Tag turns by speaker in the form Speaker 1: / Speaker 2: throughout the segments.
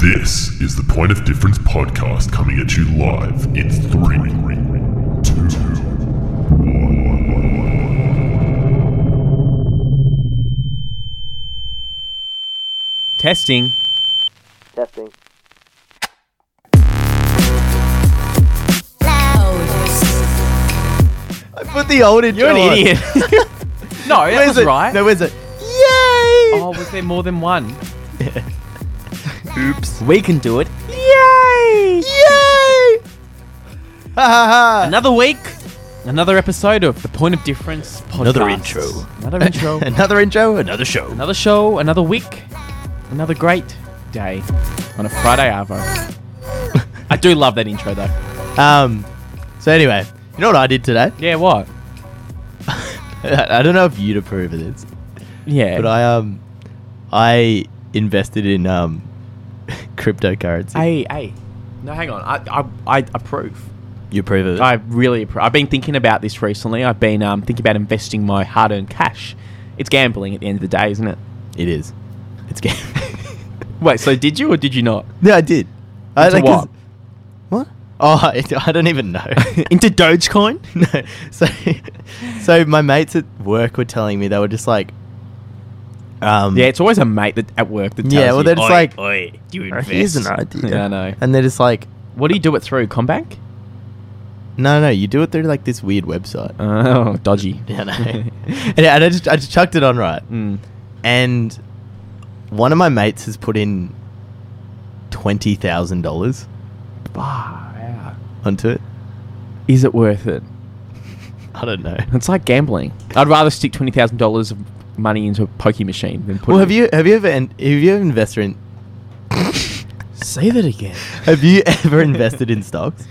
Speaker 1: This is the Point of Difference podcast coming at you live in three, two, one.
Speaker 2: Testing.
Speaker 3: Testing.
Speaker 4: I put the old intro.
Speaker 2: You're an
Speaker 4: on.
Speaker 2: idiot. no, that
Speaker 4: Where's
Speaker 2: was
Speaker 4: it?
Speaker 2: right.
Speaker 4: No, where's it? Yay!
Speaker 2: oh, was there more than one?
Speaker 4: Oops.
Speaker 2: We can do it.
Speaker 4: Yay! Yay! Ha ha ha!
Speaker 2: Another week, another episode of the Point of Difference podcast.
Speaker 4: Another intro.
Speaker 2: Another intro.
Speaker 4: Another intro, another show.
Speaker 2: another show. Another week. Another great day on a Friday arvo. I do love that intro though.
Speaker 4: Um. So anyway, you know what I did today?
Speaker 2: Yeah. What?
Speaker 4: I I don't know if you'd approve of this,
Speaker 2: Yeah.
Speaker 4: but I um, I invested in um, cryptocurrency.
Speaker 2: Hey, hey. No, hang on. I, I, I approve.
Speaker 4: you approve of it?
Speaker 2: I really approve. I've been thinking about this recently. I've been um, thinking about investing my hard-earned cash. It's gambling at the end of the day, isn't it?
Speaker 4: It is. It's game.
Speaker 2: Wait, so did you or did you not?
Speaker 4: no, I did. I
Speaker 2: Into
Speaker 4: 'cause- What? Oh, I, I don't even know.
Speaker 2: Into Dogecoin?
Speaker 4: no. So, so my mates at work were telling me they were just like, um,
Speaker 2: Yeah, it's always a mate that at work that tells
Speaker 4: yeah. Well,
Speaker 2: you.
Speaker 4: they're just like,
Speaker 2: you
Speaker 4: here's an idea.
Speaker 2: Yeah, I know.
Speaker 4: And they're just like,
Speaker 2: What do you do it through? Combank?
Speaker 4: no, no, you do it through like this weird website.
Speaker 2: Oh, dodgy.
Speaker 4: yeah, no. and, and I just, I just chucked it on right,
Speaker 2: Mm.
Speaker 4: and one of my mates has put in twenty thousand dollars
Speaker 2: Far out.
Speaker 4: onto it.
Speaker 2: Is it worth it?
Speaker 4: I don't know.
Speaker 2: It's like gambling. I'd rather stick twenty thousand dollars of money into a pokey machine than put.
Speaker 4: Well,
Speaker 2: it-
Speaker 4: have you have you ever in- have you ever invested in
Speaker 2: say that again?
Speaker 4: have you ever invested in stocks?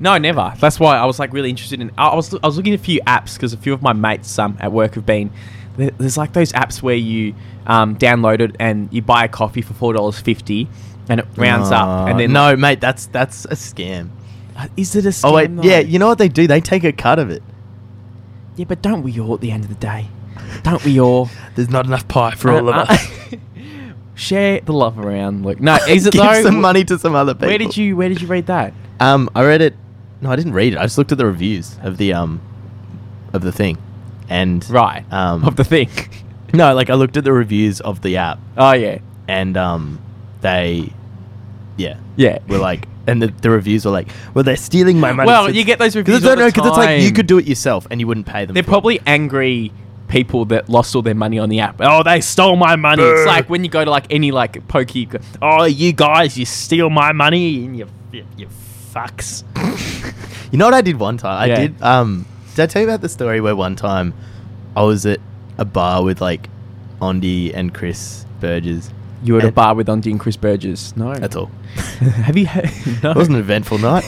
Speaker 2: No, never. That's why I was like really interested in. I I was I was looking at a few apps because a few of my mates um, at work have been. there- There's like those apps where you um, download it and you buy a coffee for four dollars fifty, and it rounds up. And
Speaker 4: Uh,
Speaker 2: then Uh,
Speaker 4: no, mate, that's that's a scam.
Speaker 2: is it a scam?
Speaker 4: Oh wait,
Speaker 2: though?
Speaker 4: yeah, you know what they do? They take a cut of it.
Speaker 2: yeah, but don't we all at the end of the day? Don't we all
Speaker 4: There's not enough pie for
Speaker 2: Uh, uh, share the love around? Look, no, is it
Speaker 4: Give
Speaker 2: though?
Speaker 4: some money to some other people.
Speaker 2: Where did you Where did you read that?
Speaker 4: Um, I read it. No, I didn't read it. I just looked at the reviews of the um, of the thing, and
Speaker 2: Right
Speaker 4: um,
Speaker 2: of the thing.
Speaker 4: no, like I looked at the reviews of the app,
Speaker 2: oh yeah,
Speaker 4: and um, they, yeah,
Speaker 2: yeah.
Speaker 4: were like, and the, the reviews were like, well, they're stealing my money.
Speaker 2: Well,
Speaker 4: It's-
Speaker 2: you get those
Speaker 4: Cause
Speaker 2: reviews.
Speaker 4: it's, no,
Speaker 2: all the
Speaker 4: no, 'cause it's like you
Speaker 2: time.
Speaker 4: could do it yourself and you wouldn't pay them.
Speaker 2: They're
Speaker 4: for it.
Speaker 2: probably angry people that lost all their money on the app. Oh, they stole my money. It's like when you go to like any like pokey. go, Oh, you guys, you steal my money and you you, you fucks.
Speaker 4: You know what I did one time?
Speaker 2: Yeah.
Speaker 4: I did. Um, did I tell you about the story where one time I was at a bar with like Ondi and Chris Burgess?
Speaker 2: You were at a
Speaker 4: And-
Speaker 2: bar with Undy and Chris Burgess. No,
Speaker 4: That's all.
Speaker 2: have you? Had, no.
Speaker 4: It was an eventful night,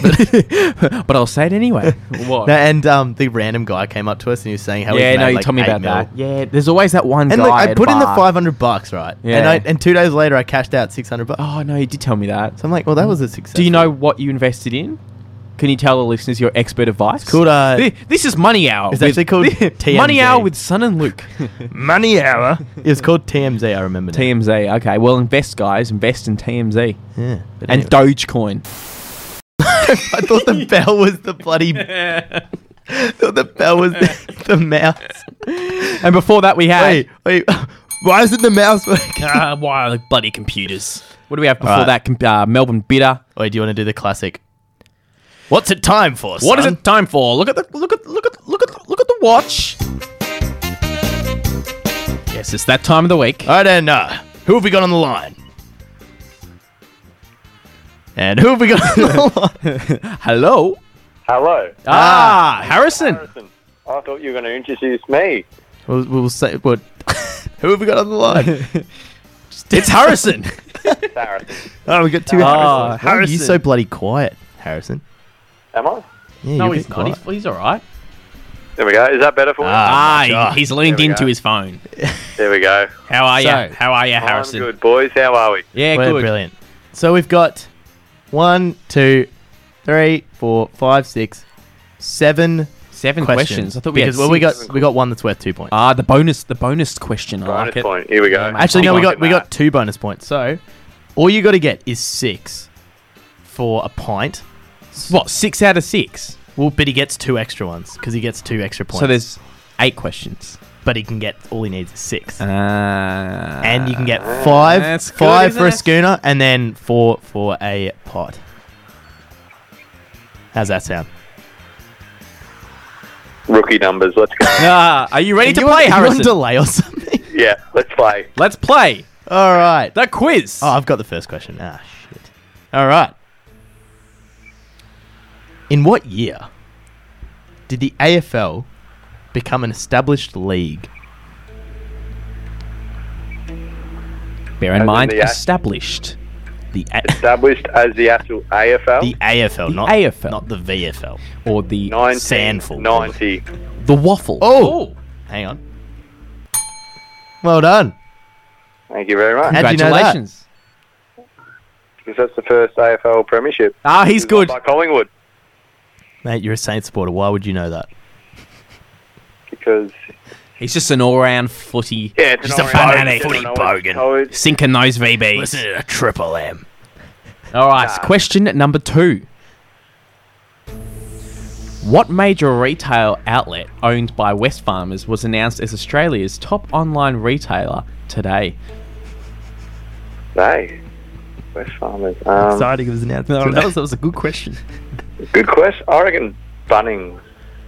Speaker 4: but.
Speaker 2: but I'll say it anyway. What?
Speaker 4: No, and um, the random guy came up to us and he was saying how
Speaker 2: yeah,
Speaker 4: he's
Speaker 2: no,
Speaker 4: made,
Speaker 2: you
Speaker 4: like,
Speaker 2: told me
Speaker 4: eight
Speaker 2: about
Speaker 4: mil.
Speaker 2: that. Yeah, there's always that one
Speaker 4: And
Speaker 2: guy.
Speaker 4: look, I
Speaker 2: at
Speaker 4: put
Speaker 2: a
Speaker 4: in the
Speaker 2: bar.
Speaker 4: five hundred bucks, right? And
Speaker 2: Yeah.
Speaker 4: I, and two days later, I cashed out six hundred bucks.
Speaker 2: Oh no, you did tell me that.
Speaker 4: So I'm like, well, that was a success.
Speaker 2: Do you know what you invested in? Can you tell the listeners your expert advice?
Speaker 4: It's called, uh,
Speaker 2: Thi- this is Money Hour.
Speaker 4: It's
Speaker 2: with-
Speaker 4: actually called
Speaker 2: Money
Speaker 4: TMZ.
Speaker 2: Hour with Son and Luke.
Speaker 4: Money Hour? it was called TMZ. I remember. now.
Speaker 2: TMZ. Okay, well, invest, guys. Invest in TMZ
Speaker 4: Yeah. but
Speaker 2: and
Speaker 4: anyway.
Speaker 2: Dogecoin.
Speaker 4: I thought the bell was the bloody. I thought the bell was the, the mouse.
Speaker 2: And before that, we had.
Speaker 4: Wait, wait. Why isn't the mouse working?
Speaker 2: Uh, why the bloody computers? What do we have before that?
Speaker 4: Alright.
Speaker 2: Com- Uh, Melbourne Bitter.
Speaker 4: Wait, do you want to do the classic? What's it time for?
Speaker 2: What is it time for? Look at the look at look at look at look at the watch. Yes, it's that time of the week.
Speaker 4: I don't know. Who have we got on the line? And who have we got on the line?
Speaker 2: Hello.
Speaker 5: Hello.
Speaker 2: Ah, Harrison.
Speaker 5: Harrison. I thought you were going to introduce me.
Speaker 4: We'll, we'll say what. who have we got on the line?
Speaker 2: It's Harrison.
Speaker 5: Harrison.
Speaker 4: Oh, we got two.
Speaker 2: Ah,
Speaker 4: Harrisons. Why are you
Speaker 2: Harrison.
Speaker 4: so bloody quiet, Harrison?
Speaker 5: Am I?
Speaker 4: Yeah,
Speaker 2: no,
Speaker 4: you're a
Speaker 2: he's
Speaker 4: bit
Speaker 2: not.
Speaker 4: quiet.
Speaker 2: He's, he's all right.
Speaker 5: There we go. Is that better for
Speaker 4: Ah.
Speaker 5: me?
Speaker 4: my
Speaker 2: ah,
Speaker 4: God.
Speaker 2: he- he's leaned
Speaker 5: There we
Speaker 2: into
Speaker 5: go.
Speaker 2: his phone.
Speaker 5: There we go.
Speaker 2: How are
Speaker 4: So-
Speaker 2: you? How are you, Harrison?
Speaker 5: I'm good, boys. How are we?
Speaker 2: Yeah,
Speaker 4: We're
Speaker 2: good.
Speaker 4: brilliant. So we've got one, two, three, four, five, six, seven
Speaker 2: Seven questions.
Speaker 4: questions.
Speaker 2: I thought we
Speaker 4: because
Speaker 2: had
Speaker 4: well, we got
Speaker 2: six.
Speaker 4: we got one that's worth two points.
Speaker 2: ah the bonus the bonus question. I
Speaker 5: Bonus
Speaker 2: like it.
Speaker 5: point. Here we go.
Speaker 2: Yeah, mate.
Speaker 4: Actually, no, we
Speaker 5: Like
Speaker 4: got we
Speaker 5: that.
Speaker 4: got two bonus points. So All you got to get is six for a pint.
Speaker 2: What, six out of six?
Speaker 4: Well, but he gets two extra ones because he gets two extra points.
Speaker 2: So there's eight questions.
Speaker 4: but he can get all he needs is six,
Speaker 2: Ah.
Speaker 4: and you can get five,
Speaker 2: that's good,
Speaker 4: five for a
Speaker 2: isn't it?
Speaker 4: schooner, and then four for a pot. How's that sound?
Speaker 5: Rookie numbers. Let's go.
Speaker 2: Ah, are you ready to
Speaker 4: You
Speaker 2: play,
Speaker 4: on, you on
Speaker 2: Harrison?
Speaker 4: delay or something?
Speaker 5: yeah, let's play.
Speaker 2: Let's play
Speaker 4: all right.
Speaker 2: the quiz.
Speaker 4: Oh, I've got the first question. Ah, shit. All right. In what year did the AFL become an established league?
Speaker 2: Bear
Speaker 5: As
Speaker 2: in
Speaker 5: in
Speaker 2: mind,
Speaker 5: the act-
Speaker 2: established.
Speaker 4: The A-
Speaker 5: Established as the actual AFL.
Speaker 4: the AFL,
Speaker 2: The
Speaker 4: not
Speaker 2: AFL.
Speaker 4: not the VFL.
Speaker 2: Or the
Speaker 4: Sandford.
Speaker 5: 1990.
Speaker 2: the waffle.
Speaker 4: Oh. Hang on. Well done.
Speaker 5: Thank you very much.
Speaker 4: How'd you know that?
Speaker 2: Congratulations.
Speaker 5: Because that's the first AFL premiership.
Speaker 2: Ah, he's
Speaker 5: It was
Speaker 2: good.
Speaker 5: won By Collingwood,
Speaker 4: Mate, you're a Saints supporter. Why would you know that?
Speaker 5: because
Speaker 2: He's just an all-round footy.
Speaker 5: yeah, it's
Speaker 4: Just a
Speaker 5: an origin.
Speaker 4: fanatic.
Speaker 5: It's an
Speaker 4: Footy
Speaker 5: origin.
Speaker 4: bogan.
Speaker 5: So it's-
Speaker 2: Sinking those VBs.
Speaker 4: to Triple M.
Speaker 2: All right, question number two. What major retail outlet owned by Wesfarmers was announced as Australia's top online retailer today?
Speaker 5: Hey, West Farmers. Um,
Speaker 4: Exciting it was announced.
Speaker 2: No, that was, that was a good question.
Speaker 5: Good question. I reckon Bunnings.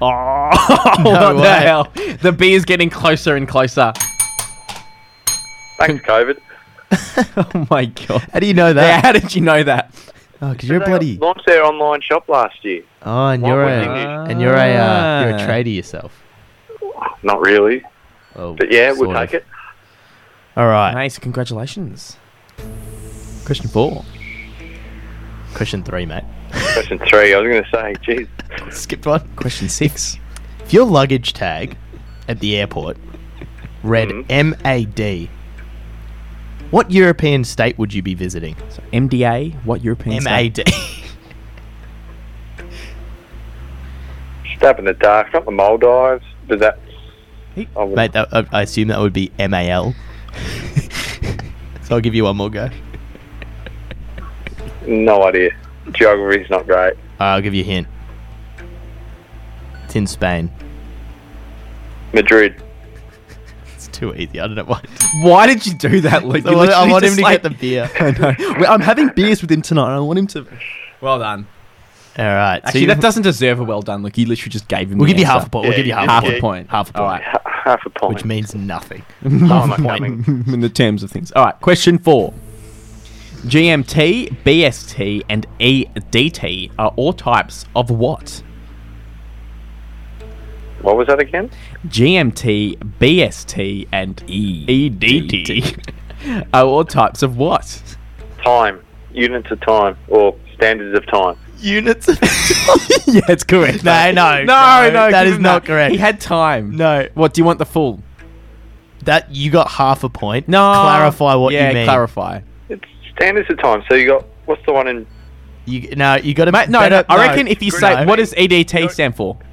Speaker 2: Oh,
Speaker 4: No
Speaker 2: what the
Speaker 4: way.
Speaker 2: hell? The B is getting closer and closer.
Speaker 5: Thanks, COVID.
Speaker 2: Oh my god.
Speaker 4: How do you know
Speaker 2: Yeah,
Speaker 4: that?
Speaker 2: how did you know that?
Speaker 4: Oh, because you're a
Speaker 5: They
Speaker 4: bloody.
Speaker 5: launched their online shop last year.
Speaker 4: Oh, and
Speaker 5: Why
Speaker 4: you're
Speaker 5: would
Speaker 4: a
Speaker 5: you?
Speaker 4: and you're a uh, you're a
Speaker 2: Ah.
Speaker 4: trader yourself.
Speaker 5: Not really,
Speaker 4: Well,
Speaker 5: but yeah, we'll
Speaker 4: sort of.
Speaker 5: take it.
Speaker 4: All right.
Speaker 2: Nice, congratulations. Question four.
Speaker 4: Question three, mate.
Speaker 5: Question three. I was going to say, geez,
Speaker 4: Skipped one.
Speaker 2: Question six.
Speaker 4: If your luggage tag at the airport read
Speaker 2: Mm-hmm.
Speaker 4: MAD,
Speaker 5: Mhm.
Speaker 4: what European state would you be visiting?
Speaker 2: So MDA, what European state?
Speaker 4: MAD.
Speaker 5: stab in the dark. Not the Maldives, but that.
Speaker 2: He-
Speaker 5: I would-
Speaker 4: Mate, that, I- I assume that would be MAL. so I'll give you one more go.
Speaker 5: no idea. Geography's not great.
Speaker 4: Alright, I'll give you a hint. It's in Spain.
Speaker 5: Madrid.
Speaker 4: It's too easy. I don't know why.
Speaker 2: Why did you do that, Luke?
Speaker 4: I
Speaker 2: You
Speaker 4: want,
Speaker 2: literally
Speaker 4: I want him
Speaker 2: just
Speaker 4: to
Speaker 2: like-
Speaker 4: get the beer.
Speaker 2: I know. Well, I'm having beers with him tonight. and I want him to. Well done.
Speaker 4: All right.
Speaker 2: Actually,
Speaker 4: so
Speaker 2: that doesn't deserve a well done. Look, you literally just gave him.
Speaker 4: We'll
Speaker 2: the
Speaker 4: give you half
Speaker 2: answer.
Speaker 4: a point. We'll
Speaker 5: Yeah,
Speaker 4: give you
Speaker 5: you
Speaker 4: half,
Speaker 5: did.
Speaker 4: a
Speaker 5: Yeah.
Speaker 4: point. Half a point.
Speaker 2: All right.
Speaker 5: H- Half a point.
Speaker 4: Which means nothing.
Speaker 5: I'm
Speaker 4: Half a point.
Speaker 5: coming.
Speaker 2: in the terms of things. All right. Question four. GMT, BST, and EDT are all types of what?
Speaker 5: What was that again?
Speaker 2: GMT, BST, and E- EDT are all types of what?
Speaker 5: Time. Units of time or standards of time.
Speaker 4: Units.
Speaker 2: yeah, it's correct.
Speaker 4: No,
Speaker 2: mate. no,
Speaker 4: no, no,
Speaker 2: no.
Speaker 4: that
Speaker 2: give
Speaker 4: is
Speaker 2: him
Speaker 4: not correct.
Speaker 2: He had time.
Speaker 4: no,
Speaker 2: What do you want the full?
Speaker 4: that you got half a point.
Speaker 2: No.
Speaker 4: clarify what
Speaker 2: yeah,
Speaker 4: you mean.
Speaker 2: clarify.
Speaker 5: It's standards of time. So you got what's the one in?
Speaker 4: You, no, you got to.
Speaker 2: Mate, no, no, I reckon if you say what does EDT stand for?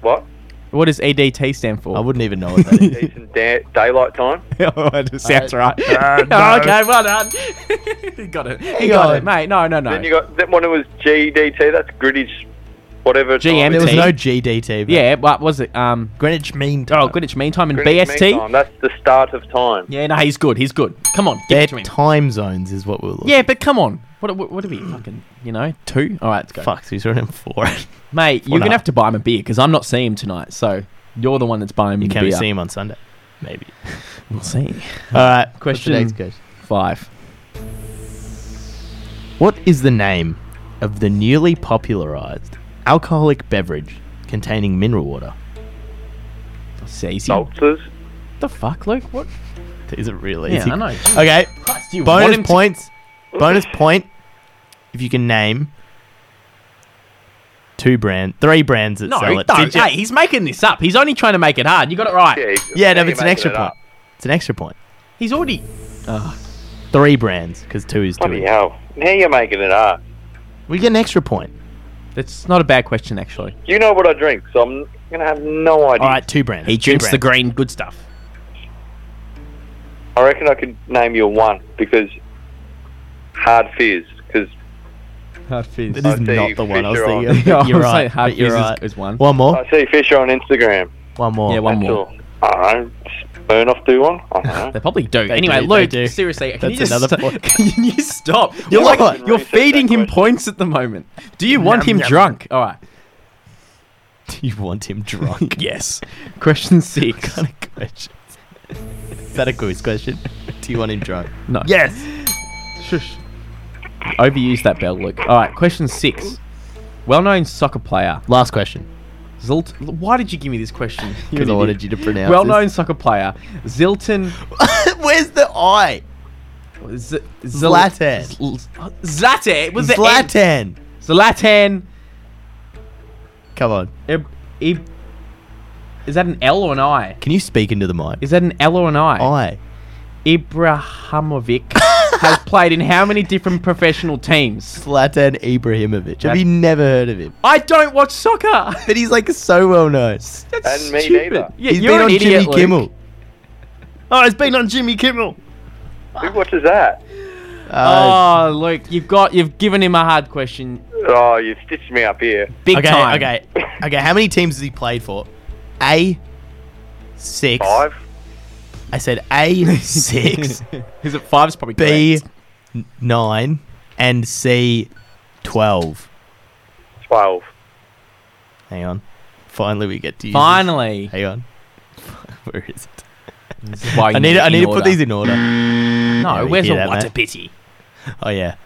Speaker 5: What?
Speaker 2: What does EDT stand for?
Speaker 4: I wouldn't even know what that is.
Speaker 5: Decent da- daylight time.
Speaker 2: oh, it just sounds
Speaker 4: Uh,
Speaker 2: right.
Speaker 4: uh, no.
Speaker 2: Oh, okay, well done. he got it. He
Speaker 4: Hang
Speaker 2: got
Speaker 4: on.
Speaker 2: it, mate. No, no, no.
Speaker 5: Then you got that one. It was GDT. That's Greenwich, whatever. time
Speaker 2: GMT.
Speaker 5: it
Speaker 4: there
Speaker 5: is.
Speaker 4: was no GDT. But
Speaker 2: yeah, what was it? Um,
Speaker 4: Greenwich Mean Time.
Speaker 2: oh, Greenwich Mean Time and
Speaker 5: Greenwich
Speaker 2: BST.
Speaker 5: Mean Time, That's the start of time.
Speaker 2: Yeah, no, he's good. He's good. Come on, give
Speaker 4: Their
Speaker 2: it to me.
Speaker 4: time zones is what we we're looking.
Speaker 2: Yeah, but come on. What? What, what are we fucking? You know, two. All right, let's go,
Speaker 4: Oh, Fuck, so he's running four.
Speaker 2: mate. You're
Speaker 4: and
Speaker 2: gonna
Speaker 4: a half.
Speaker 2: have to buy him a beer because I'm not seeing him tonight. So you're the one that's buying him
Speaker 4: you
Speaker 2: the
Speaker 4: can
Speaker 2: beer.
Speaker 4: see him on Sunday, maybe.
Speaker 2: We'll see.
Speaker 4: All right,
Speaker 2: Question-
Speaker 4: what's the next question.
Speaker 2: Five.
Speaker 4: What is the name of the newly popularized alcoholic beverage containing mineral water?
Speaker 2: That's easy.
Speaker 5: Saltzers.
Speaker 2: The fuck, Luke? What?
Speaker 4: These are real
Speaker 2: Yeah,
Speaker 4: easy.
Speaker 2: I know.
Speaker 4: Okay,
Speaker 2: Christ, you want
Speaker 4: bonus
Speaker 2: him to-
Speaker 4: points. bonus point if you can name two brand, three brands that
Speaker 2: No,
Speaker 4: sell it.
Speaker 2: no,
Speaker 4: Did you-
Speaker 2: hey, he's making this up. He's only trying to make it hard. You got it right.
Speaker 5: Yeah. you-
Speaker 4: yeah, no,
Speaker 5: you're
Speaker 4: but it's an
Speaker 5: making
Speaker 4: extra
Speaker 5: it
Speaker 4: point.
Speaker 5: up.
Speaker 4: It's an extra point.
Speaker 2: He's already.
Speaker 4: Three brands because two is two.
Speaker 5: Bloody hell! Now you're making it up.
Speaker 4: We get an extra point.
Speaker 2: It's not a bad question, actually.
Speaker 5: You know what I drink, so I'm gonna have no idea.
Speaker 4: All right, two brands.
Speaker 2: He
Speaker 4: two
Speaker 2: drinks the
Speaker 4: brands.
Speaker 2: green good stuff.
Speaker 5: I reckon I could name you one because hard fizz because
Speaker 2: Hard fizz.
Speaker 4: This
Speaker 5: I
Speaker 4: is
Speaker 5: see
Speaker 4: not the one I was
Speaker 5: Fisher on.
Speaker 4: thinking. of,
Speaker 2: Yeah, I
Speaker 4: but You're
Speaker 2: was
Speaker 4: right.
Speaker 2: like, hard
Speaker 4: but you're
Speaker 2: fizz is-
Speaker 4: right.
Speaker 2: is one.
Speaker 4: One more.
Speaker 5: I see Fisher on Instagram.
Speaker 4: One more.
Speaker 2: Yeah, one
Speaker 5: That's
Speaker 2: more.
Speaker 5: all. I don't know. Burnoff do one. I don't
Speaker 2: They
Speaker 5: know.
Speaker 2: probably do.
Speaker 4: They
Speaker 2: anyway,
Speaker 4: do, they
Speaker 2: Luke,
Speaker 4: do.
Speaker 2: seriously, can you
Speaker 4: That's
Speaker 2: just
Speaker 4: another
Speaker 2: st-
Speaker 4: point.
Speaker 2: can you stop? You're
Speaker 4: You're
Speaker 2: like
Speaker 4: right.
Speaker 2: you're
Speaker 5: Reset that
Speaker 2: feeding him
Speaker 5: question.
Speaker 2: points at the moment. Do you want
Speaker 4: Yum,
Speaker 2: him
Speaker 4: yum.
Speaker 2: drunk? All right.
Speaker 4: You want him drunk?
Speaker 2: Yes. Question six.
Speaker 4: kind of question. Is that a quiz question? Do you want him drunk?
Speaker 2: No.
Speaker 4: Yes.
Speaker 2: Shush. Overuse that bell, Luke. All right. Question six. Well-known soccer player
Speaker 4: Last question.
Speaker 2: Zilt. Why did you give me this question? You're an
Speaker 4: Because I
Speaker 2: idiot.
Speaker 4: wanted you to pronounce.
Speaker 2: Well-known soccer player Zilton.
Speaker 4: this. Where's the I?
Speaker 2: Z- Zil-
Speaker 4: Zlatan.
Speaker 2: Z- Zlatan was the end.
Speaker 4: Zlatan.
Speaker 2: Zlatan.
Speaker 4: Come on.
Speaker 2: Ib- Ib- is that an L or an I?
Speaker 4: Can you speak into the mic?
Speaker 2: Is that an L or an I?
Speaker 4: I.
Speaker 2: Ibrahimovic has played in how many different professional teams?
Speaker 4: Zlatan Ibrahimovic. Have
Speaker 2: That-
Speaker 4: you never heard of him?
Speaker 2: I don't watch soccer.
Speaker 4: But he's like so well known.
Speaker 2: That's
Speaker 5: And me
Speaker 2: stupid.
Speaker 5: neither.
Speaker 2: Yeah,
Speaker 4: He's
Speaker 2: you're
Speaker 4: been
Speaker 2: an
Speaker 4: on
Speaker 2: idiot,
Speaker 4: Jimmy
Speaker 2: Luke.
Speaker 4: Kimmel. Oh, he's been on Jimmy Kimmel.
Speaker 5: Who watches that?
Speaker 2: Oh,
Speaker 4: Uh,
Speaker 2: Luke, you've got you've given him a hard question,
Speaker 5: Oh, you stitched me up here.
Speaker 2: big
Speaker 4: okay,
Speaker 2: time.
Speaker 4: okay, okay. How many teams has he played for? A six.
Speaker 5: Five.
Speaker 4: I said A six,
Speaker 2: Is it five's probably
Speaker 4: B
Speaker 2: correct.
Speaker 4: n- nine, and C twelve.
Speaker 5: Twelve.
Speaker 4: Hang on. Finally, we get to use this.
Speaker 2: Finally,
Speaker 4: Hang on. Where is it?
Speaker 2: This is why you
Speaker 4: I need. I
Speaker 2: it
Speaker 4: need to put
Speaker 2: order.
Speaker 4: these in order.
Speaker 2: No,
Speaker 4: Yeah, we
Speaker 2: where's
Speaker 4: hear
Speaker 2: the
Speaker 4: that,
Speaker 2: what a
Speaker 4: mate.
Speaker 2: pity?
Speaker 4: Oh yeah.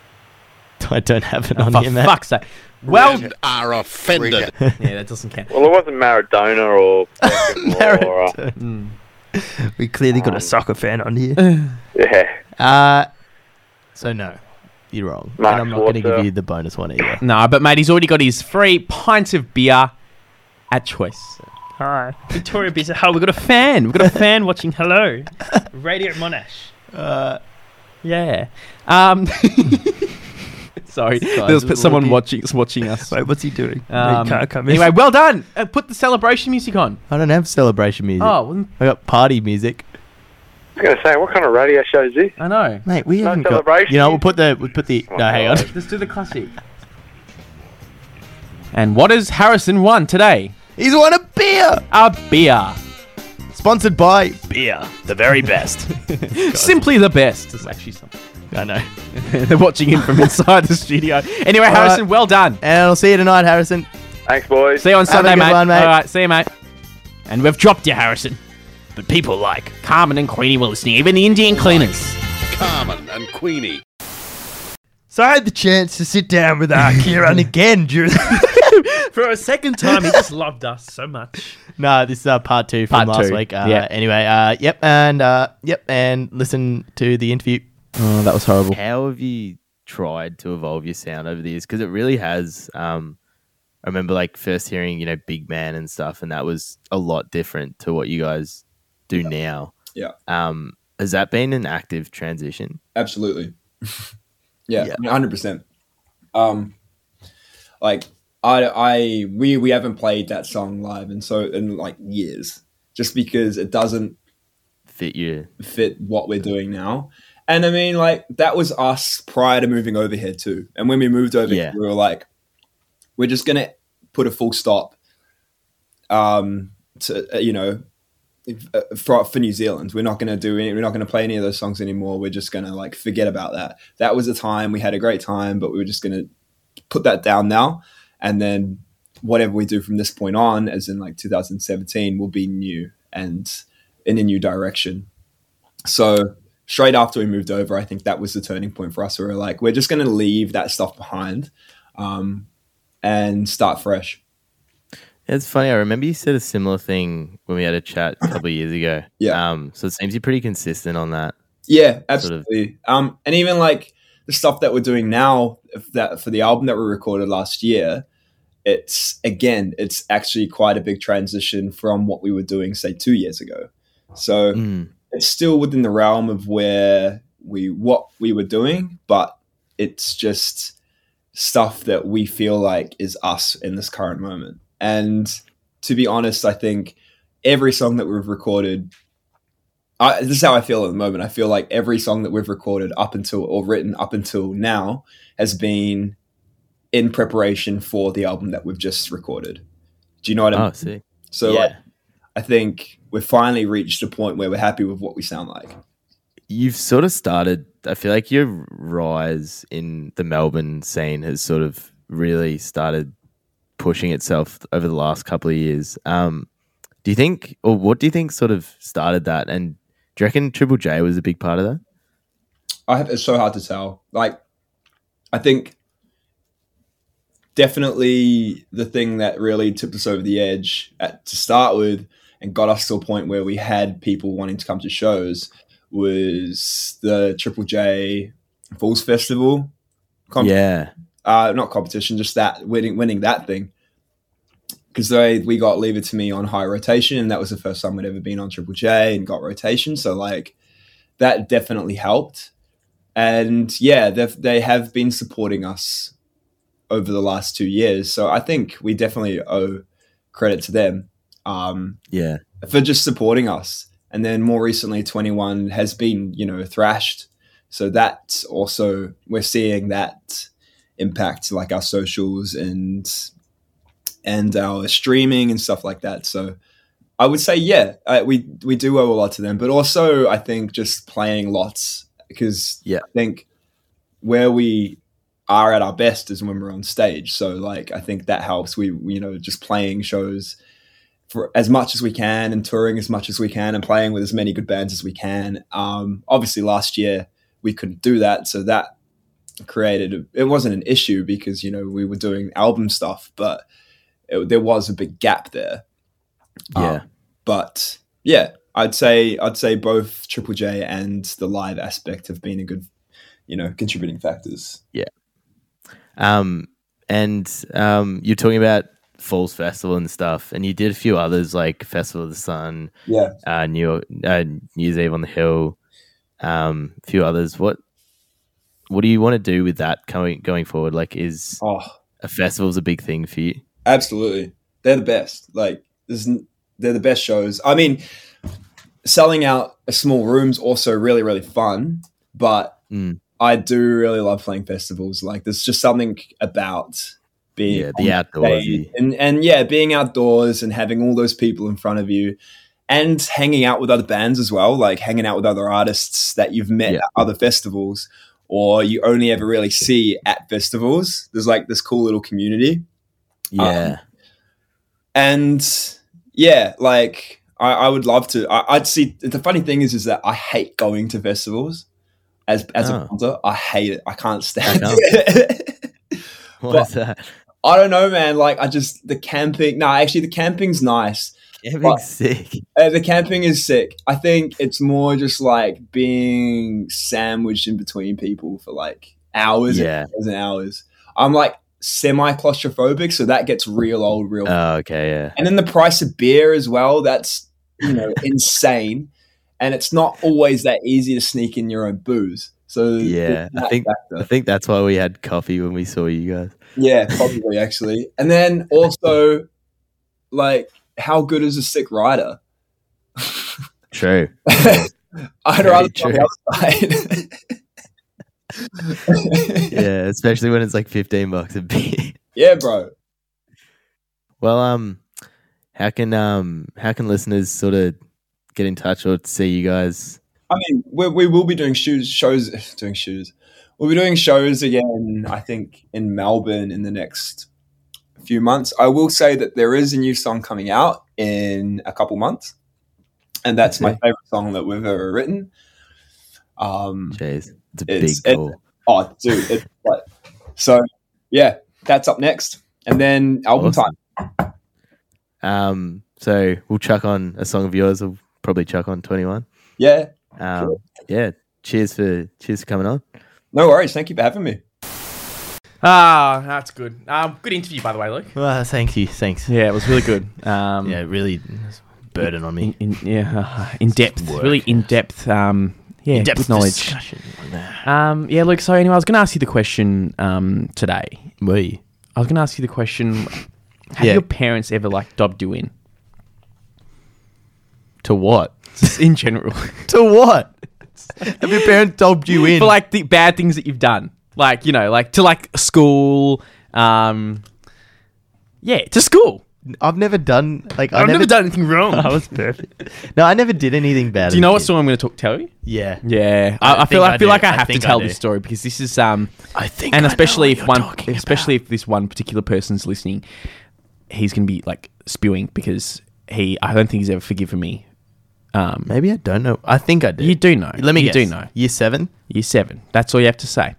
Speaker 4: I don't have it on
Speaker 2: Oh, For
Speaker 4: here, man.
Speaker 2: fuck's sake. Well,
Speaker 3: and are offended.
Speaker 2: yeah, that doesn't count.
Speaker 5: Well, it wasn't Maradona or. Beckham or uh,
Speaker 2: Mm.
Speaker 4: We clearly got a soccer fan on here.
Speaker 5: yeah.
Speaker 4: Uh, so no, you're wrong,
Speaker 5: Mark
Speaker 4: and I'm not going to
Speaker 5: Schwarzer.
Speaker 4: give you the bonus one either.
Speaker 2: No, but mate, he's already got his three pints of beer at choice.
Speaker 6: Hi. Victoria Bizarre. Oh, we've got a fan. We've got a fan watching. Hello. Radio Monash.
Speaker 4: Uh,
Speaker 2: Yeah. Um, sorry, there was
Speaker 4: is
Speaker 2: someone
Speaker 4: looking-
Speaker 2: watching watching us.
Speaker 4: wait, what's he doing?
Speaker 2: Um,
Speaker 6: can't come in.
Speaker 2: anyway, well done. Uh, put the celebration music on.
Speaker 4: I don't have celebration music.
Speaker 2: Oh, well,
Speaker 4: I got party music,
Speaker 5: I was going to say, what kind of radio show is this?
Speaker 2: I know.
Speaker 4: mate. We
Speaker 5: No
Speaker 4: haven't got.
Speaker 5: celebration
Speaker 4: You know, we'll
Speaker 5: music?
Speaker 4: put the we'll put the. No, hang on.
Speaker 2: Let's do the classic. And what has Harrison won today?
Speaker 4: He's won a beer,
Speaker 2: A beer.
Speaker 4: sponsored by beer, the very best.
Speaker 2: Simply the best. It's actually something.
Speaker 4: I know.
Speaker 2: They're watching him from inside the studio. Anyway,
Speaker 4: right.
Speaker 2: Harrison, well done.
Speaker 4: And I'll see you tonight, Harrison.
Speaker 5: Thanks, boys.
Speaker 2: See you on
Speaker 4: Have a
Speaker 2: Sunday,
Speaker 4: good
Speaker 2: mate.
Speaker 4: one, mate.
Speaker 2: All right, see you, mate. And we've dropped you, Harrison. But people like Carmen and Queenie were listening, even the Indian cleaners.
Speaker 3: Carmen and Queenie.
Speaker 4: So I had the chance to sit down with our Kieran again during.
Speaker 6: For a second time, he just loved us so much.
Speaker 4: No, this is uh, part two from
Speaker 2: Part
Speaker 4: last
Speaker 2: two,
Speaker 4: week. Uh,
Speaker 2: yeah.
Speaker 4: Anyway, uh, yep, and uh, yep, and listen to the interview.
Speaker 2: Oh, that was horrible.
Speaker 4: How have you tried to evolve your sound over the years? Because it really has. Um, I remember like first hearing, you know, Big Man and stuff, and that was a lot different to what you guys do now.
Speaker 7: Yeah.
Speaker 4: Um, has that been an active transition?
Speaker 7: Absolutely. yeah,
Speaker 4: Yeah.
Speaker 7: hundred percent. Um, like I, I, we, we haven't played that song live, and so in like years, just because it doesn't
Speaker 4: Fit you?
Speaker 7: fit what we're doing now. And I mean, like that was us prior to moving over here too. And when we moved over,
Speaker 4: Yeah.
Speaker 7: here, we were like, we're just gonna put a full stop. Um, to uh, you know, if- uh, for for New Zealand, we're not gonna do any. We're not gonna play any of those songs anymore. We're just gonna like forget about that. That was a time we had a great time, but we were just gonna put that down now, and then whatever we do from this point on, as in like 2017, will be new and in a new direction. So straight after we moved over, I think that was the turning point for us. We were like, we're just going to leave that stuff behind um, and start fresh.
Speaker 4: It's funny. I remember you said a similar thing when we had a chat a couple of years ago.
Speaker 7: Yeah.
Speaker 4: Um, so it seems you're pretty consistent on that.
Speaker 7: Yeah,
Speaker 4: Sort of-
Speaker 7: absolutely. Um, and even like the stuff that we're doing now if that for the album that we recorded last year, it's again, it's actually quite a big transition from what we were doing, say, two years ago. So
Speaker 4: Mm.
Speaker 7: it's still within the realm of where we what we were doing, but it's just stuff that we feel like is us in this current moment. And to be honest, I think every song that we've recorded I, this is how I feel at the moment. I feel like every song that we've recorded up until or written up until now has been in preparation for the album that we've just recorded. Do you know what I mean?
Speaker 4: Oh, see.
Speaker 7: so
Speaker 4: yeah.
Speaker 7: like, I think we've finally reached a point where we're happy with what we sound like.
Speaker 4: you've sort of started i feel like your rise in the melbourne scene has sort of really started pushing itself over the last couple of years um, do you think or what do you think sort of started that and do you reckon triple j was a big part of that
Speaker 7: I have it's so hard to tell. Like, I think definitely the thing that really tipped us over the edge at, to start with and got us to a point where we had people wanting to come to shows was the Triple J Falls Festival. Com-
Speaker 4: yeah
Speaker 7: uh, not competition, just that winning winning that thing. Because they we got Leave It to Me on high rotation, and that was the first time we'd ever been on Triple J and got rotation. So like that definitely helped. And yeah, they've- they have been supporting us over the last two years. So I think we definitely owe credit to them. Um,
Speaker 4: yeah
Speaker 7: for just supporting us. And then more recently, 21 has been, you know, thrashed. So that's also, we're seeing that impact like our socials and, and our streaming and stuff like that. So I would say, yeah, uh, we, we do owe a lot to them, but also I think just playing lots because
Speaker 4: Yeah.
Speaker 7: I think where we are at our best is when we're on stage. So like, I think that helps. We, we, you know, just playing shows for as much as we can and touring as much as we can and playing with as many good bands as we can. Um, obviously, last year we couldn't do that, so that created it wasn't an issue because you know we were doing album stuff, but it, there was a big gap there. Um,
Speaker 4: yeah
Speaker 7: but yeah, I'd say I'd say both Triple J and the live aspect have been a good, you know, contributing factors.
Speaker 4: Um, and um, you're talking about Falls Festival and stuff, and you did a few others like Festival of the Sun,
Speaker 7: Yeah.
Speaker 4: uh, New York, uh, New Year's Eve on the Hill, um, a few others. What what do you want to do with that going going forward? Like, is
Speaker 7: Oh,
Speaker 4: a festival's a big thing for you?
Speaker 7: Absolutely, they're the best. Like, there's, n- they're the best shows. I mean, selling out a small room's also really, really fun. But
Speaker 4: Mm.
Speaker 7: I do really love playing festivals. Like, there's just something about being
Speaker 4: Yeah, the
Speaker 7: on
Speaker 4: outdoors.
Speaker 7: stage and and yeah, being outdoors and having all those people in front of you. And hanging out with other bands as well, like hanging out with other artists that you've met
Speaker 4: Yeah.
Speaker 7: at other festivals or you only ever really see at festivals. There's like this cool little community
Speaker 4: Yeah,
Speaker 7: and yeah like i, I would love to I, i'd see the funny thing is is that i hate going to festivals as as
Speaker 4: Oh.
Speaker 7: a punter i hate it i can't stand
Speaker 4: know.
Speaker 7: it
Speaker 4: what is that?
Speaker 7: i don't know man like i just the camping no actually the camping's nice
Speaker 4: Camping's
Speaker 7: But-
Speaker 4: sick.
Speaker 7: uh, the camping is sick i think it's more just like being sandwiched in between people for like hours
Speaker 4: Yeah.
Speaker 7: and hours and hours i'm like semi claustrophobic so that gets real old real
Speaker 4: Oh, okay, yeah,
Speaker 7: and then the price of beer as well that's you know insane and it's not always that easy to sneak in your own booze so
Speaker 4: yeah.
Speaker 7: there's
Speaker 4: I
Speaker 7: that
Speaker 4: think I
Speaker 7: factor.
Speaker 4: think that's why we had coffee when we saw you guys.
Speaker 7: yeah probably actually and then also like how good is a sick rider
Speaker 4: True.
Speaker 7: i'd
Speaker 4: Very
Speaker 7: rather play
Speaker 4: true.
Speaker 7: outside
Speaker 4: yeah, especially when it's like fifteen bucks a beer.
Speaker 7: yeah bro
Speaker 4: Well, um, how can um how can listeners sort of get in touch or see you guys?
Speaker 7: i mean we, we will be doing shoes shows doing shoes we'll be doing shows again i think in melbourne in the next few months. I will say that there is a new song coming out in a couple months, and that's my
Speaker 4: Okay.
Speaker 7: favorite song that we've ever written. Um,
Speaker 4: Jeez, it's a
Speaker 7: It's-
Speaker 4: big
Speaker 7: it-
Speaker 4: call.
Speaker 7: oh, dude, it's like, so yeah, that's up next, and then album
Speaker 4: Awesome.
Speaker 7: time.
Speaker 4: Um, so we'll chuck on a song of yours. We'll probably chuck on twenty one.
Speaker 7: Yeah,
Speaker 4: Um,
Speaker 7: Sure.
Speaker 4: yeah. Cheers for cheers for coming on.
Speaker 7: no worries. Thank you for having me.
Speaker 2: Ah, that's good. Um, good interview, by the way, Luke.
Speaker 8: Well, thank you. Thanks.
Speaker 2: Yeah, it was really good. Um,
Speaker 8: Yeah, it really it's a burden on
Speaker 2: in,
Speaker 8: me.
Speaker 2: in, yeah, in depth,
Speaker 8: work.
Speaker 2: really in depth. Um, yeah, in
Speaker 8: In-depth
Speaker 2: depth knowledge.
Speaker 8: discussion.
Speaker 2: Um, yeah, Luke. So anyway, I was going to ask you the question um, today.
Speaker 8: Were you?
Speaker 2: I was going to ask you the question: Have
Speaker 8: Yeah.
Speaker 2: your parents ever like dobbed you in
Speaker 8: To what?
Speaker 2: Just in general.
Speaker 4: to what? Have your parents dobbed you in?
Speaker 2: For like the bad things that you've done. Like, you know, like to like school, um Yeah, to school.
Speaker 4: I've never done like I
Speaker 2: I've
Speaker 4: never,
Speaker 2: never done anything wrong.
Speaker 6: I was perfect.
Speaker 4: No, I never did anything bad.
Speaker 2: Do you know what story I'm gonna talk tell you?
Speaker 4: Yeah,
Speaker 2: Yeah. I, I
Speaker 8: think
Speaker 2: feel I,
Speaker 8: I
Speaker 2: feel
Speaker 8: do.
Speaker 2: like I
Speaker 8: I
Speaker 2: have to
Speaker 8: think I
Speaker 2: tell
Speaker 8: do.
Speaker 2: this story because this is um
Speaker 8: I think,
Speaker 2: and especially if one especially if this one particular person's listening he's going to be like spewing because he i don't think he's ever forgiven me um
Speaker 4: maybe I don't know. I think I did.
Speaker 2: you do know
Speaker 4: Let me
Speaker 2: you
Speaker 4: guess.
Speaker 2: do know
Speaker 4: Year seven.
Speaker 2: year seven that's all you have to say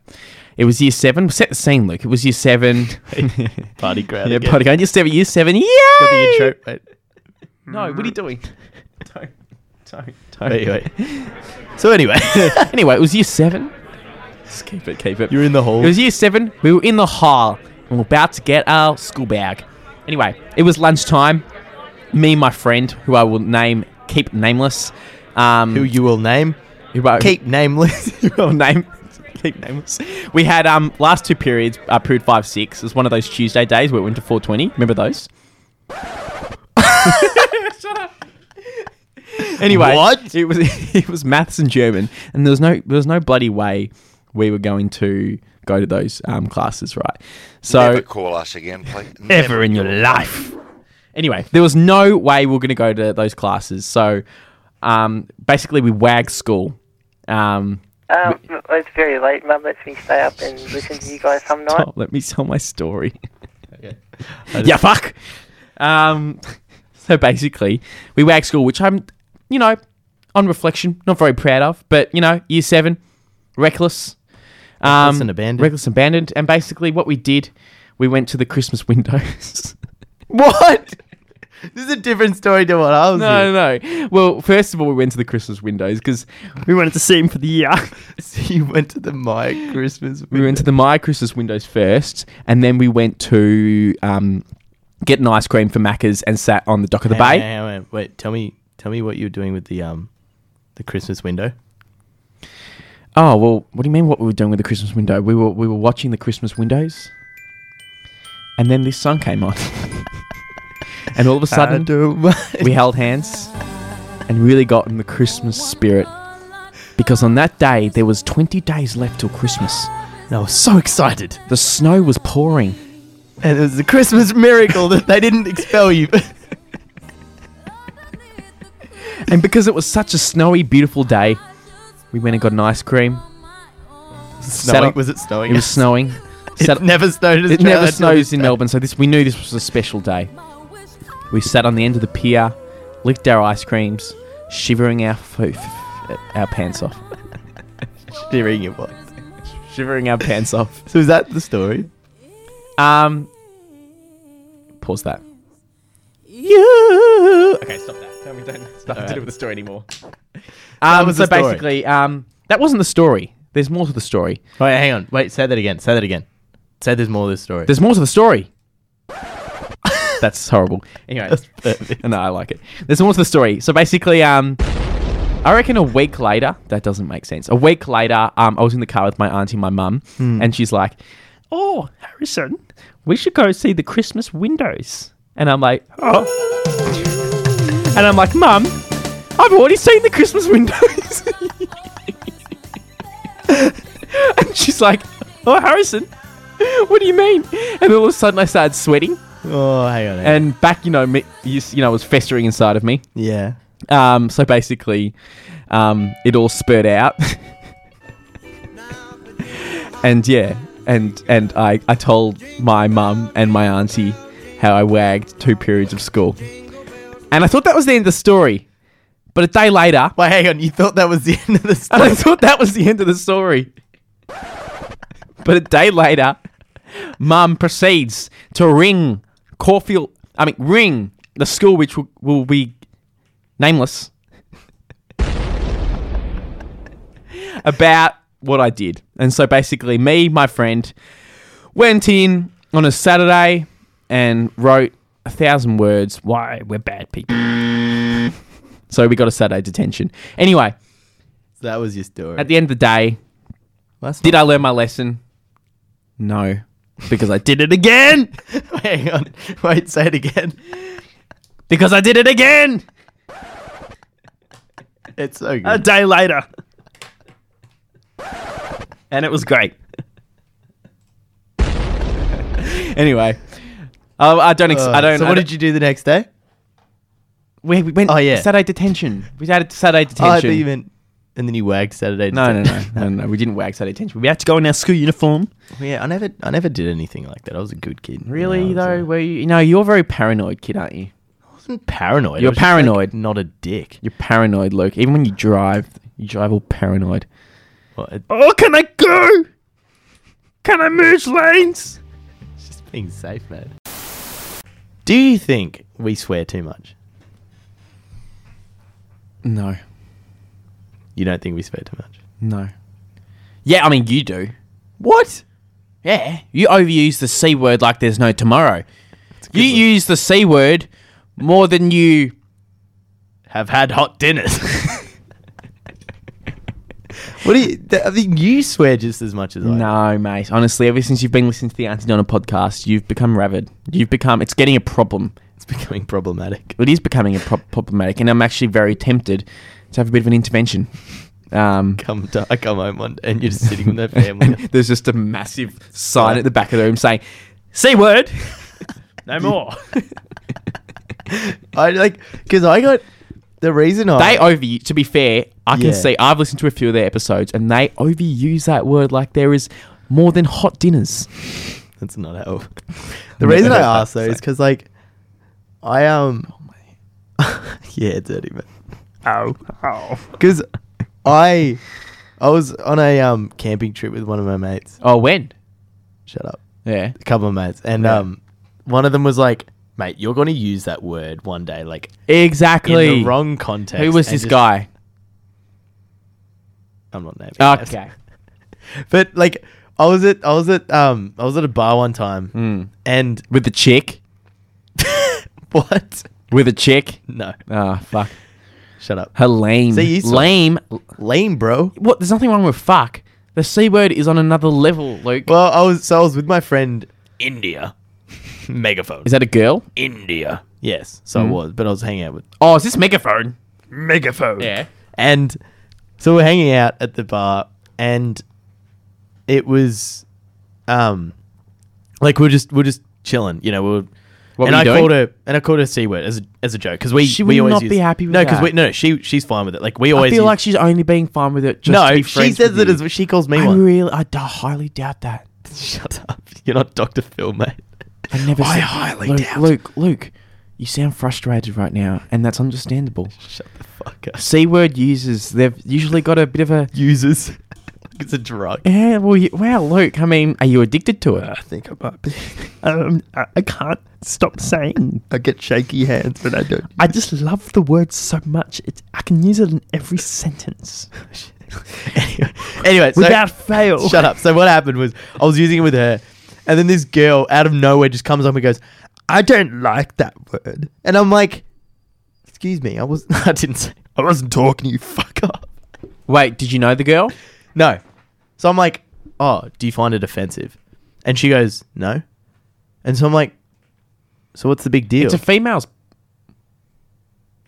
Speaker 2: it was year seven set the scene luke it was year seven
Speaker 4: Party crowd.
Speaker 2: yeah but year seven year seven yeah
Speaker 4: Got the intro. Wait,
Speaker 2: no what are you doing don't don't don't
Speaker 4: wait, wait. So anyway,
Speaker 2: anyway it was year seven just keep it keep it
Speaker 4: you're in the hall.
Speaker 2: It was year seven. We were in the hall and we were about to get our school bag. Anyway, it was lunchtime. Me and my friend, who I will name keep nameless, um,
Speaker 4: who you will name.
Speaker 2: who I-
Speaker 4: Keep nameless.
Speaker 2: who I will name keep nameless. We had um last two periods, uh, period five six. It was one of those Tuesday days where it went to four twenty. Remember those? anyway,
Speaker 4: What?
Speaker 2: it was? It was maths and German, and there was no there was no bloody way we were going to go to those um, classes, right? So
Speaker 9: Never call us again, please.
Speaker 6: Ever in your life.
Speaker 2: anyway, there was no way we were going to go to those classes. So um, basically, we wagged school. Um,
Speaker 10: Um, it's very late. Mum lets me stay up and listen to you guys some night.
Speaker 2: Oh, let me tell my story. yeah, fuck. Um, so basically, we wag school, which I'm, you know, on reflection, not very proud of, but you know, year seven, reckless, um,
Speaker 4: Reckless and abandoned.
Speaker 2: reckless and abandoned, and basically what we did, we went to the Christmas windows.
Speaker 4: what? This is a different story to what I was.
Speaker 2: no,
Speaker 4: in.
Speaker 2: no, no. Well, first of all, we went to the Christmas windows because
Speaker 6: We wanted to see him for the year.
Speaker 4: So you went to the my Christmas.
Speaker 2: we went to the My Christmas windows first, and then we went to um, get an ice cream for Macca's and sat on the dock of the bay.
Speaker 4: wait, wait, tell me, tell me what you were doing with the um, the Christmas window.
Speaker 2: Oh well, what do you mean? What we were doing with the Christmas window? We were we were watching the Christmas windows, and then this song came on, and all of a sudden we held hands and really got in the Christmas spirit. Because on that day there was 20 days left till Christmas.
Speaker 4: And I was so excited.
Speaker 2: The snow was pouring.
Speaker 4: And it was the Christmas miracle that they didn't expel you.
Speaker 2: And because it was such a snowy, beautiful day, we went and got an ice cream. Sat
Speaker 4: snowing,
Speaker 2: on-
Speaker 4: was it snowing?
Speaker 2: It was snowing.
Speaker 4: It
Speaker 2: Sat-
Speaker 4: never snowed. in
Speaker 2: It never
Speaker 4: Australia till
Speaker 2: snows in
Speaker 4: this
Speaker 2: Melbourne, so this we knew this was a special day. We sat on the end of the pier, licked our ice creams, shivering our fo- f- f- our pants off,
Speaker 4: day. During it was.
Speaker 2: shivering our pants off.
Speaker 4: So is that the story?
Speaker 2: Um, pause that. You okay? Stop that. No, we don't it's nothing to do with the story anymore. Um,
Speaker 4: was
Speaker 2: so
Speaker 4: the story.
Speaker 2: basically, um, that wasn't the story. There's more to the story.
Speaker 4: Wait, hang on. Wait, say that again. Say that again. Say there's more to this story.
Speaker 2: There's more to the story. That's horrible. Anyway,
Speaker 4: That's perfect.
Speaker 2: no, I like it. There's more to the story. So basically, um, I reckon a week later, that doesn't make sense. A week later, um, I was in the car with my auntie and my mum,
Speaker 4: Hmm.
Speaker 2: and she's like,
Speaker 6: Oh, Harrison.
Speaker 2: "We should go see the Christmas windows." And I'm like,
Speaker 6: Oh.
Speaker 2: and I'm like, "Mum, I've already seen the Christmas windows." and she's like, "Oh, Harrison, what do you mean?" And all of a sudden, I started sweating.
Speaker 4: oh, hang on. hang on.
Speaker 2: and back, you know, me, you, s- you know, it was festering inside of me.
Speaker 4: yeah.
Speaker 2: Um, so basically, um, it all spurred out, and yeah, and and I, I told my mum and my auntie how I wagged two periods of school, and I thought that was the end of the story. But a day later,
Speaker 4: Wait, hang on. You thought that was the end of the
Speaker 2: and I
Speaker 4: story?
Speaker 2: thought that was the end of the story. But a day later, Mum proceeds to ring Caulfield. I mean, ring the school which will, will be nameless about what I did. And so basically, me, my friend, went in on a Saturday and wrote a thousand words why we're bad people. So we got a Saturday detention. Anyway,
Speaker 4: that was your story.
Speaker 2: at the end of the day, did I learn my lesson? No, because I did it again.
Speaker 4: hang on. Wait, say it again.
Speaker 2: Because I did it again.
Speaker 4: It's so good.
Speaker 6: a day later. and it was great.
Speaker 2: anyway, uh, I don't. Ex- I don't.
Speaker 4: Oh. So
Speaker 2: I
Speaker 4: what
Speaker 2: don't-
Speaker 4: did you do the next day?
Speaker 2: We, we went.
Speaker 4: Oh, yeah.
Speaker 2: Saturday detention. We had Saturday
Speaker 4: Oh, I
Speaker 2: detention.
Speaker 4: thought you meant, and then you wagged Saturday. to
Speaker 2: no, no,
Speaker 4: Sunday.
Speaker 2: no, no, no. We didn't wag Saturday detention. We had to go in our school uniform.
Speaker 4: yeah, I never, I never did anything like that. I was a good kid. you
Speaker 2: Really
Speaker 4: know, I
Speaker 2: though,
Speaker 4: was, uh,
Speaker 2: were you? You know, you're a very paranoid kid, aren't you?
Speaker 4: I wasn't paranoid. I
Speaker 2: You're
Speaker 4: was just, like,
Speaker 2: paranoid.
Speaker 4: not a dick.
Speaker 2: You're paranoid, Luke. Even when you drive, you drive all paranoid.
Speaker 4: Well, it-
Speaker 6: Oh, can I go? Can I merge lanes?
Speaker 4: it's just being safe, man. Do you think we swear too much?
Speaker 2: No,
Speaker 4: You don't think we swear too much?
Speaker 2: no. Yeah, I mean you do.
Speaker 4: What?
Speaker 2: Yeah, you overuse the c word like there's no tomorrow. You
Speaker 4: one.
Speaker 2: use the c word more than you.
Speaker 4: Have had hot dinners. what do you? th- I think you swear just as much as I. do.
Speaker 2: No, mate. Honestly, ever since you've been listening to the Auntie Donna podcast, you've become rabid. You've become. It's getting a problem.
Speaker 4: It's becoming problematic.
Speaker 2: It is becoming a pro- problematic, and I'm actually very tempted to have a bit of an intervention. Um,
Speaker 4: Come, to, I come home one day and you're just sitting with no family.
Speaker 2: there's just a massive sign at the back of the room saying "c word."
Speaker 6: No more.
Speaker 4: I like because I got the reason I
Speaker 2: They overuse. To be fair, I can
Speaker 4: Yeah.
Speaker 2: see. I've listened to a few of their episodes, and they overuse that word like there is more than hot dinners.
Speaker 4: That's not how. The reason I asked though is because like, I
Speaker 2: Oh,
Speaker 4: um, yeah, dirty man.
Speaker 6: oh. Oh.
Speaker 4: Because I, I was on a um camping trip with one of my mates.
Speaker 2: Oh, when?
Speaker 4: Shut up,
Speaker 2: Yeah.
Speaker 4: a couple of mates, and
Speaker 2: Yeah.
Speaker 4: um, one of them was like, "Mate, you're going to use that word one day, like in
Speaker 2: Exactly.
Speaker 4: the wrong context."
Speaker 2: Who was
Speaker 4: and
Speaker 2: this
Speaker 4: just-
Speaker 2: guy?
Speaker 4: I'm not naming. names.
Speaker 2: Okay.
Speaker 4: but like, I was at I was at um I was at a bar one time,
Speaker 2: Hmm.
Speaker 4: and
Speaker 2: With the chick.
Speaker 4: what?
Speaker 2: With a chick.
Speaker 4: No,
Speaker 2: Ah, fuck.
Speaker 4: shut up.
Speaker 2: Her lame.
Speaker 4: See, you saw-
Speaker 2: lame.
Speaker 4: Lame, bro.
Speaker 2: What? There's nothing wrong with fuck. The c word is on another level, Luke.
Speaker 4: Well, I was so I was with my friend India. Megaphone.
Speaker 2: is that a girl?
Speaker 4: India? Yes. So
Speaker 2: Hmm.
Speaker 4: I was, but I was hanging out with
Speaker 2: Oh, is this megaphone?
Speaker 6: Megaphone.
Speaker 2: Yeah.
Speaker 4: and so we're hanging out at the bar and it was um like we're just we're just chilling, you know, we we're
Speaker 2: What
Speaker 4: and
Speaker 2: were
Speaker 4: I
Speaker 2: you
Speaker 4: called
Speaker 2: doing?
Speaker 4: her and I called her a C word as a as a joke because we
Speaker 2: She
Speaker 4: we
Speaker 2: would
Speaker 4: always
Speaker 2: not
Speaker 4: use,
Speaker 2: be happy with
Speaker 4: no, because
Speaker 2: that.
Speaker 4: we no she she's fine with it like we
Speaker 2: I
Speaker 4: always
Speaker 2: feel
Speaker 4: use-
Speaker 2: like she's only being fine with it. Just to
Speaker 4: no
Speaker 2: be
Speaker 4: she
Speaker 2: friends
Speaker 4: says
Speaker 2: with
Speaker 4: it
Speaker 2: you.
Speaker 4: as she calls me
Speaker 2: I
Speaker 4: one
Speaker 2: really, I d- highly doubt that.
Speaker 4: shut up you're not Doctor Phil mate
Speaker 2: I never.
Speaker 4: I
Speaker 2: said-
Speaker 4: highly
Speaker 2: Luke,
Speaker 4: doubt.
Speaker 2: Luke, Luke, you sound frustrated right now, and that's understandable.
Speaker 4: shut the fuck up
Speaker 2: C word users, they've usually got a bit of a.
Speaker 4: users it's a drug
Speaker 2: Yeah, well, you, wow, Luke. I mean, are you addicted to it?
Speaker 4: I think I might be
Speaker 6: Um, I, I can't stop saying.
Speaker 4: I get shaky hands when I don't.
Speaker 6: I just love the word so much. It's, I can use it in every sentence.
Speaker 4: anyway, anyway so-
Speaker 6: Without fail.
Speaker 4: Shut up. So what happened was I was using it with her, and then this girl out of nowhere just comes up and goes, "I don't like that word," and I'm like, "Excuse me, I was I didn't say I wasn't talking to you, fuck up."
Speaker 2: Wait, did you know the girl?
Speaker 4: No. So I'm like, "Oh, do you find it offensive?" And she goes, "No," and so I'm like, "So what's the big deal?"
Speaker 2: It's a female's.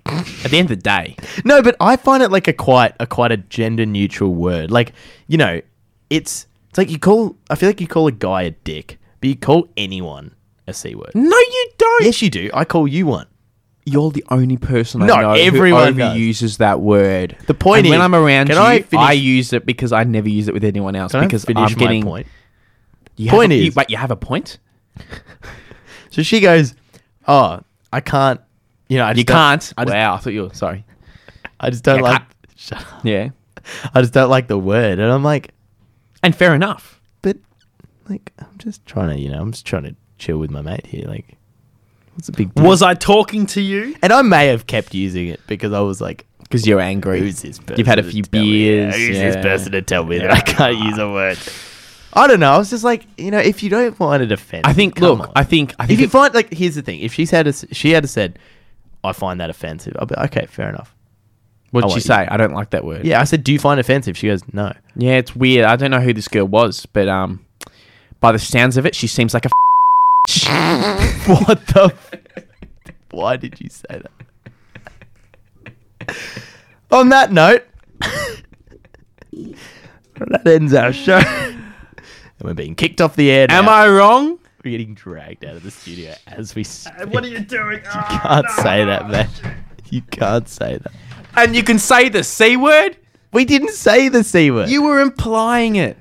Speaker 2: At the end of the day,
Speaker 4: No, but I find it like a quite a quite a gender neutral word. Like, you know, it's it's like you call I feel like you call a guy a dick, but you call anyone a C word.
Speaker 2: no, you don't.
Speaker 4: Yes you do. I call you one.
Speaker 2: You're the only person
Speaker 4: No,
Speaker 2: I know
Speaker 4: everyone
Speaker 2: who
Speaker 4: does.
Speaker 2: uses that word.
Speaker 4: The point
Speaker 2: and when
Speaker 4: is-
Speaker 2: I'm around
Speaker 4: can
Speaker 2: you,
Speaker 4: I
Speaker 2: I,
Speaker 4: finish-
Speaker 2: use it because I never use it with anyone else.
Speaker 4: Can I
Speaker 2: because
Speaker 4: finish
Speaker 2: I'm getting.
Speaker 4: my point.
Speaker 2: You have,
Speaker 4: Point
Speaker 2: a-
Speaker 4: is-
Speaker 2: you, wait, you have a point.
Speaker 4: So she goes, Oh, I can't you know, I just
Speaker 2: You
Speaker 4: don't-
Speaker 2: can't.
Speaker 4: I just,
Speaker 2: wow, I thought you were sorry.
Speaker 4: I just don't
Speaker 2: You
Speaker 4: like
Speaker 2: can't.
Speaker 4: shut up.
Speaker 2: Yeah,
Speaker 4: I just don't like the word. And I'm like,
Speaker 2: and fair enough.
Speaker 4: but like I'm just trying to, you know, I'm just trying to chill with my mate here. Like what's the big deal?
Speaker 6: Was I talking to you?
Speaker 4: and I may have kept using it because I was like
Speaker 2: Because you're angry.
Speaker 4: Who's this person?
Speaker 2: You've had a
Speaker 4: to
Speaker 2: few
Speaker 4: tell me-
Speaker 2: beers.
Speaker 4: who's
Speaker 2: yeah.
Speaker 4: this person to tell me that I can't use a word? I don't know. I was just like, you know, if you don't find it offensive,
Speaker 2: I think.
Speaker 4: come
Speaker 2: Look,
Speaker 4: on.
Speaker 2: I think. I think.
Speaker 4: if you
Speaker 2: it-
Speaker 4: find like, here's the thing: if she's had a, she had said, I find that offensive. I'll be like, okay, fair enough.
Speaker 2: what'd
Speaker 4: Oh,
Speaker 2: she
Speaker 4: wait.
Speaker 2: say? I don't like that word.
Speaker 4: Yeah, I said, do you find it offensive? She goes, no.
Speaker 2: Yeah, it's weird. I don't know who this girl was, but um, by the sounds of it, she seems like a.
Speaker 4: what the? Why did you say that? on that note, that ends our show. and we're being kicked off the air.
Speaker 2: Am
Speaker 4: now.
Speaker 2: I wrong?
Speaker 4: We're getting dragged out of the studio as we speak.
Speaker 6: What are you doing? Ah,
Speaker 4: can't
Speaker 6: no.
Speaker 4: say that, man. You can't say that.
Speaker 2: And you can say the C word?
Speaker 4: We didn't say the C word.
Speaker 2: You were implying it.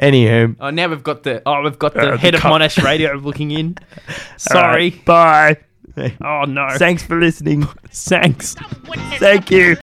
Speaker 4: Anywho.
Speaker 2: Oh, now we've got the oh, we've got the head
Speaker 6: Head
Speaker 2: of
Speaker 6: of
Speaker 2: my
Speaker 6: Monash Radio looking in.
Speaker 4: Sorry.
Speaker 6: Sorry.
Speaker 4: Bye.
Speaker 6: Oh no.
Speaker 4: Thanks for listening.
Speaker 6: Thanks.
Speaker 4: Thank you.